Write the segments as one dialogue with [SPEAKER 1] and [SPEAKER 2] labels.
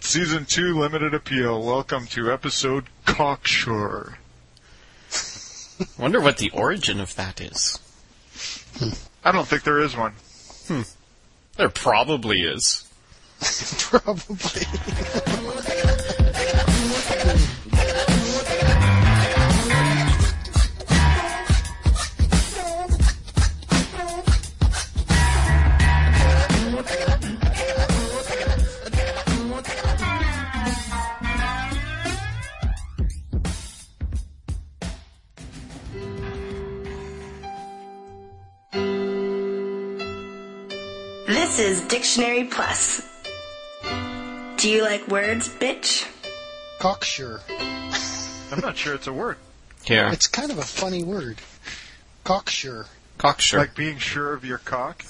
[SPEAKER 1] Season 2 Limited Appeal. Welcome to episode Cocksure.
[SPEAKER 2] Wonder what the origin of that is.
[SPEAKER 1] I don't think there is one.
[SPEAKER 2] There probably is.
[SPEAKER 3] Probably.
[SPEAKER 4] This is Dictionary Plus. Do you like words, bitch?
[SPEAKER 3] Cocksure.
[SPEAKER 1] I'm not sure it's a word.
[SPEAKER 2] Yeah.
[SPEAKER 3] It's kind of a funny word. Cocksure.
[SPEAKER 2] Cocksure.
[SPEAKER 1] Like being sure of your cock.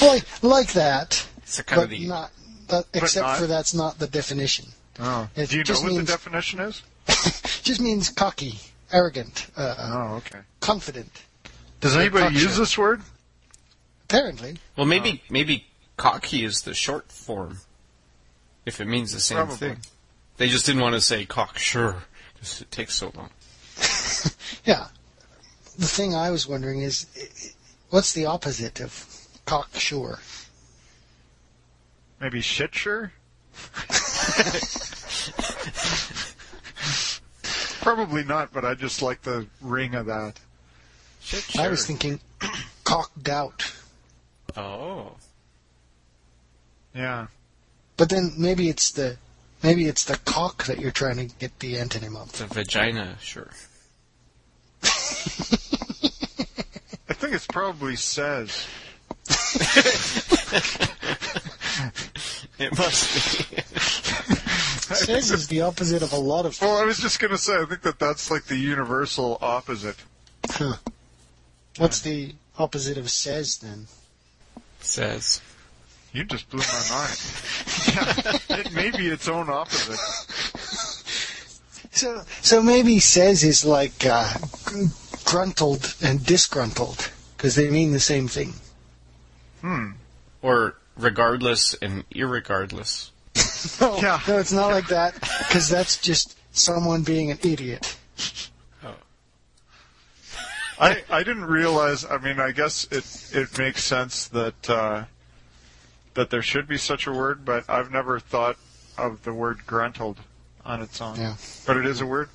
[SPEAKER 3] Like, like that,
[SPEAKER 2] it's a kind
[SPEAKER 3] but
[SPEAKER 2] of the.
[SPEAKER 3] not. But except
[SPEAKER 1] not.
[SPEAKER 3] for that's not the definition.
[SPEAKER 1] Oh.
[SPEAKER 3] It
[SPEAKER 1] Do you know
[SPEAKER 3] just
[SPEAKER 1] what
[SPEAKER 3] means-
[SPEAKER 1] the definition is?
[SPEAKER 3] just means cocky, arrogant, uh, uh,
[SPEAKER 1] Oh, okay.
[SPEAKER 3] confident.
[SPEAKER 1] Does anybody
[SPEAKER 3] cocksure.
[SPEAKER 1] use this word?
[SPEAKER 3] Apparently,
[SPEAKER 2] well, maybe maybe cocky is the short form. If it means the same
[SPEAKER 1] Probably.
[SPEAKER 2] thing. They just didn't want to say cocksure because it takes so long.
[SPEAKER 3] yeah. The thing I was wondering is, i- i- what's the opposite of cocksure?
[SPEAKER 1] Maybe shit sure? Probably not, but I just like the ring of that.
[SPEAKER 2] Shit,
[SPEAKER 3] I was thinking cocked out.
[SPEAKER 2] Oh.
[SPEAKER 1] Yeah.
[SPEAKER 3] But then maybe it's the maybe it's the cock that you're trying to get the antonym of.
[SPEAKER 2] It's a vagina, sure.
[SPEAKER 1] I think it's probably says.
[SPEAKER 2] It must be.
[SPEAKER 3] Says is the opposite of a lot of
[SPEAKER 1] Well, I was just going to say, I think that that's like the universal opposite.
[SPEAKER 3] Huh. What's the opposite of says then?
[SPEAKER 2] Says.
[SPEAKER 1] You just blew my mind. yeah, it may be its own opposite.
[SPEAKER 3] So, so maybe says is like uh, gr- gruntled and disgruntled because they mean the same thing.
[SPEAKER 2] Or regardless and irregardless.
[SPEAKER 3] No,
[SPEAKER 1] Yeah.
[SPEAKER 3] Oh. no, it's not like that because that's just someone being an idiot.
[SPEAKER 1] I, I didn't realize. I mean, I guess it it makes sense that uh, that there should be such a word, but I've never thought of the word gruntled on its own.
[SPEAKER 3] Yeah.
[SPEAKER 1] But it is a word.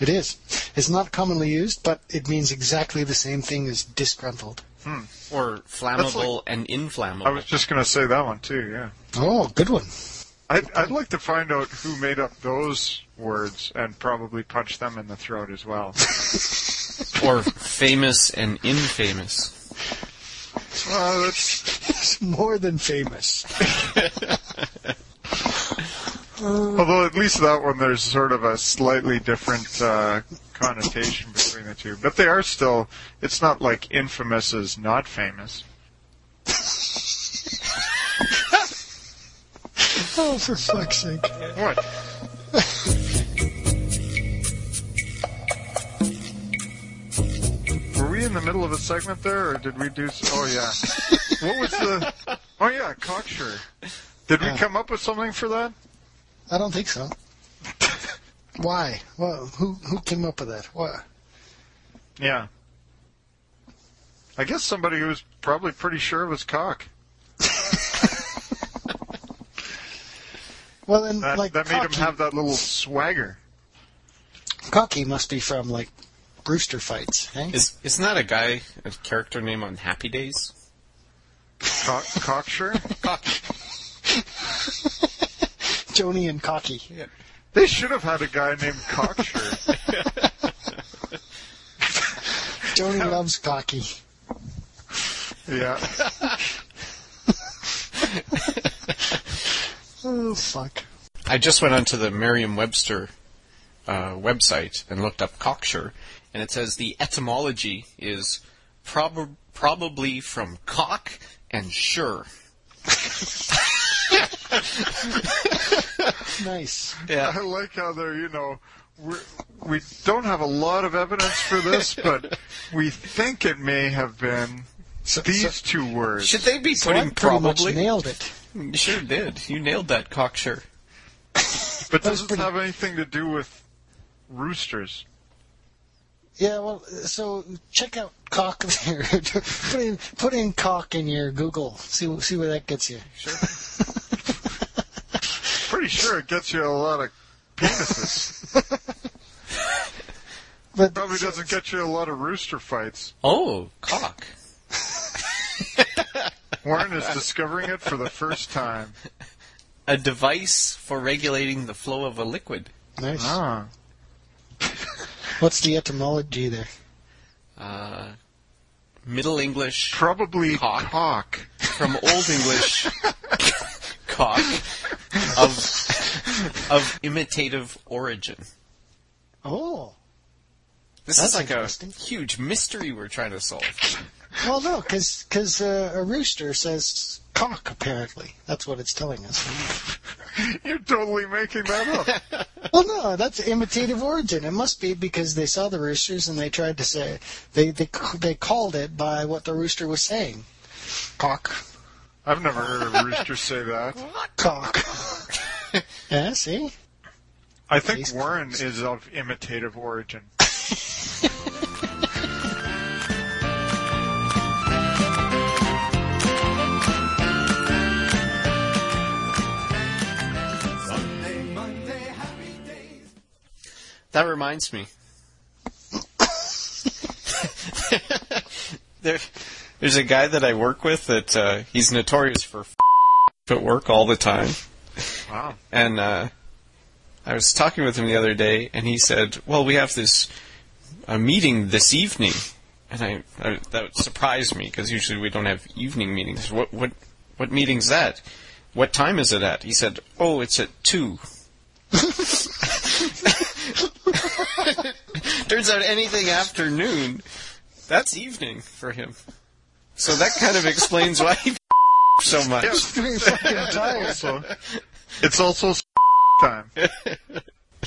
[SPEAKER 3] It is. It's not commonly used, but it means exactly the same thing as disgruntled.
[SPEAKER 2] Or flammable and inflammable.
[SPEAKER 1] I was just going to say that one too. Yeah.
[SPEAKER 3] Oh, good one.
[SPEAKER 1] I'd, I'd like to find out who made up those words and probably punch them in the throat as well.
[SPEAKER 2] or famous and infamous.
[SPEAKER 1] well that's,
[SPEAKER 3] It's more than famous.
[SPEAKER 1] although at least that one there's sort of a slightly different uh, connotation between the two, but they are still. It's not like infamous is not famous.
[SPEAKER 3] Oh, for fuck's sake.
[SPEAKER 1] What? Were we in the middle of a segment there, or did we do? s oh yeah. What was the? Oh yeah, cocksure. Did we come up with something for that?
[SPEAKER 3] I don't think so. Why? Well, who who came up with that? What?
[SPEAKER 1] Yeah. I guess somebody who was probably pretty sure of his cock.
[SPEAKER 3] Well, then,
[SPEAKER 1] That,
[SPEAKER 3] like
[SPEAKER 1] that made him
[SPEAKER 3] cocky-
[SPEAKER 1] have that little swagger.
[SPEAKER 3] Cocky must be from like Brewster fights, hey?
[SPEAKER 2] Is isn't that a guy a character name on Happy Days?
[SPEAKER 1] Cock, cocksure.
[SPEAKER 3] Joni and Cocky.
[SPEAKER 1] They should have had a guy named Cocksure.
[SPEAKER 3] Joni loves Cocky.
[SPEAKER 1] yeah.
[SPEAKER 3] Oh fuck.
[SPEAKER 2] I just went onto the Merriam-Webster uh, website and looked up cocksure, and it says the etymology is prob- probably from cock and sure.
[SPEAKER 3] Nice.
[SPEAKER 2] Yeah.
[SPEAKER 1] I like how they're, you know, we're, we don't have a lot of evidence for this, but we think it may have been
[SPEAKER 3] So,
[SPEAKER 1] these
[SPEAKER 3] so,
[SPEAKER 1] two words.
[SPEAKER 2] Should they be
[SPEAKER 3] so I
[SPEAKER 2] putting
[SPEAKER 3] pretty much
[SPEAKER 2] probably?
[SPEAKER 3] nailed it.
[SPEAKER 2] You sure did. You nailed that, cocksure.
[SPEAKER 1] But
[SPEAKER 3] That was
[SPEAKER 1] doesn't
[SPEAKER 3] pretty-
[SPEAKER 1] have anything to do with roosters.
[SPEAKER 3] Yeah, well, so check out cock there. put in put in cock in your Google. See see where that gets you.
[SPEAKER 2] Sure.
[SPEAKER 1] Pretty sure it gets you a lot of penises.
[SPEAKER 3] But
[SPEAKER 1] Probably doesn't get you a lot of rooster fights.
[SPEAKER 2] Oh, cock.
[SPEAKER 1] Warren is discovering it for the first time.
[SPEAKER 2] A device for regulating the flow of a liquid.
[SPEAKER 3] nice.
[SPEAKER 1] Ah.
[SPEAKER 3] What's the etymology there?
[SPEAKER 2] Uh, Middle English
[SPEAKER 1] Probably
[SPEAKER 2] Cock.
[SPEAKER 1] cock.
[SPEAKER 2] from Old English cock of of imitative origin.
[SPEAKER 3] Oh,
[SPEAKER 2] This
[SPEAKER 3] That's
[SPEAKER 2] is like a
[SPEAKER 3] interesting.
[SPEAKER 2] huge mystery we're trying to solve.
[SPEAKER 3] well, no, because uh, a rooster says cock. Apparently, that's what it's telling us.
[SPEAKER 1] You're totally making that up.
[SPEAKER 3] well, no, that's imitative origin. It must be because they saw the roosters and they tried to say they they they called it by what the rooster was saying. Cock,
[SPEAKER 1] I've never heard a rooster say that.
[SPEAKER 3] cock. yeah, see.
[SPEAKER 1] I think
[SPEAKER 3] These
[SPEAKER 1] Warren is of imitative origin.
[SPEAKER 2] That reminds me. there, there's a guy that I work with that uh, he's notorious for at work all the time.
[SPEAKER 1] Wow.
[SPEAKER 2] and uh, I was talking with him the other day, and he said, "Well, we have this a meeting this evening," and I, I that surprised me because usually we don't have evening meetings. What what what meeting's that? What time is it at? He said, "Oh, it's at 2. Turns out anything afternoon, that's evening for him. So that kind of explains why he so much.
[SPEAKER 3] Pretty fucking tired.
[SPEAKER 1] Also, it's also time.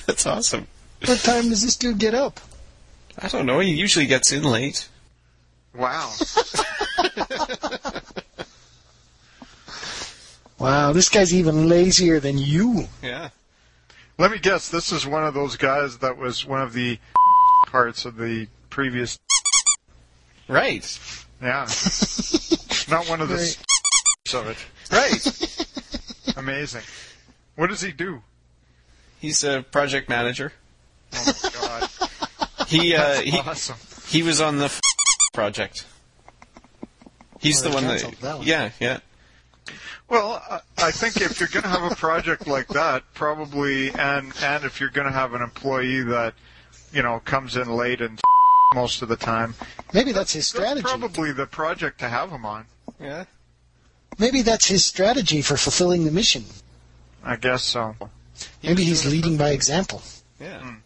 [SPEAKER 2] That's awesome.
[SPEAKER 3] What time does this dude get up?
[SPEAKER 2] I don't know. He usually gets in late.
[SPEAKER 1] Wow.
[SPEAKER 3] Wow, this guy's even lazier than you.
[SPEAKER 2] Yeah.
[SPEAKER 1] Let me guess, this is one of those guys that was one of the parts of the previous.
[SPEAKER 2] Right.
[SPEAKER 1] Yeah. Not one of the
[SPEAKER 3] Right.
[SPEAKER 1] of it.
[SPEAKER 2] Right.
[SPEAKER 1] Amazing. What does he do?
[SPEAKER 2] He's a project manager.
[SPEAKER 1] Oh my god.
[SPEAKER 2] He uh, he
[SPEAKER 1] awesome.
[SPEAKER 2] he was on the f- project. He's
[SPEAKER 3] Oh,
[SPEAKER 2] the
[SPEAKER 3] they
[SPEAKER 2] one that,
[SPEAKER 3] canceled that one.
[SPEAKER 2] yeah yeah
[SPEAKER 1] Well, I- I think if you're going to have a project like that, probably, and and if you're going to have an employee that, you know, comes in late and most of the time,
[SPEAKER 3] Maybe that's his
[SPEAKER 1] that's
[SPEAKER 3] strategy.
[SPEAKER 1] probably the project to have him on.
[SPEAKER 2] yeah.
[SPEAKER 3] Maybe that's his strategy for fulfilling the mission.
[SPEAKER 1] I guess so.
[SPEAKER 3] Maybe he's leading by example.
[SPEAKER 2] Yeah.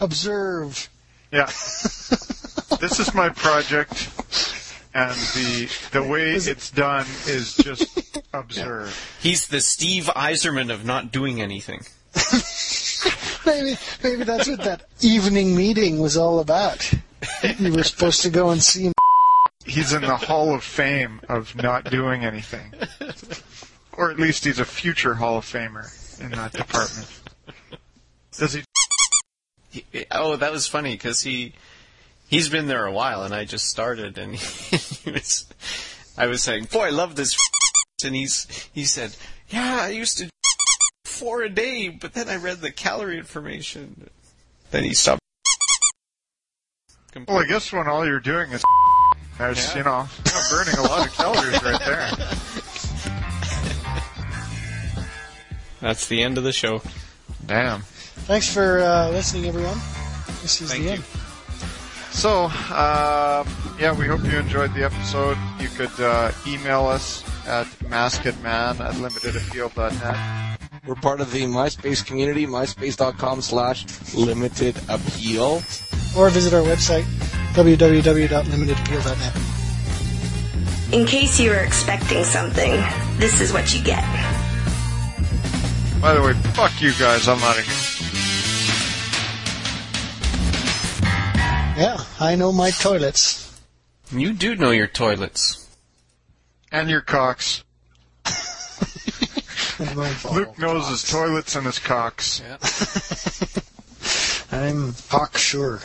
[SPEAKER 3] Observe.
[SPEAKER 1] Yeah. this is my project, and the the way it's done is just absurd.
[SPEAKER 2] He's the Steve Eiserman of not doing anything.
[SPEAKER 3] Maybe, maybe that's what that evening meeting was all about. You were supposed to go and see him.
[SPEAKER 1] He's in the Hall of Fame of not doing anything, or at least he's a future Hall of Famer in that department. Does he?
[SPEAKER 2] He, oh, that was funny because he he's been there a while, and I just started, and he was I was saying, boy, I love this, and he's he said, yeah, I used to four a day, but then I read the calorie information, then he stopped.
[SPEAKER 1] Well, I guess when all you're doing is, there's you know, you're burning a lot of calories right there.
[SPEAKER 2] That's the end of the show.
[SPEAKER 1] Damn.
[SPEAKER 3] Thanks for uh, listening, everyone. This is
[SPEAKER 2] Thank
[SPEAKER 3] the
[SPEAKER 2] you.
[SPEAKER 3] end.
[SPEAKER 1] So, um, yeah, we hope you enjoyed the episode. You could uh, email us at maskedman at limitedappeal.net.
[SPEAKER 5] We're part of the MySpace community, myspace.com slash limited appeal.
[SPEAKER 3] Or visit our website, www.limitedappeal.net.
[SPEAKER 4] In case you were expecting something, this is what you get.
[SPEAKER 1] By the way, fuck you guys, I'm out of here.
[SPEAKER 3] Yeah, I know my toilets.
[SPEAKER 2] You do know your toilets.
[SPEAKER 1] And your cocks.
[SPEAKER 3] and my ball.
[SPEAKER 1] Luke knows his toilets and his cocks.
[SPEAKER 2] Yeah.
[SPEAKER 3] I'm cocksure.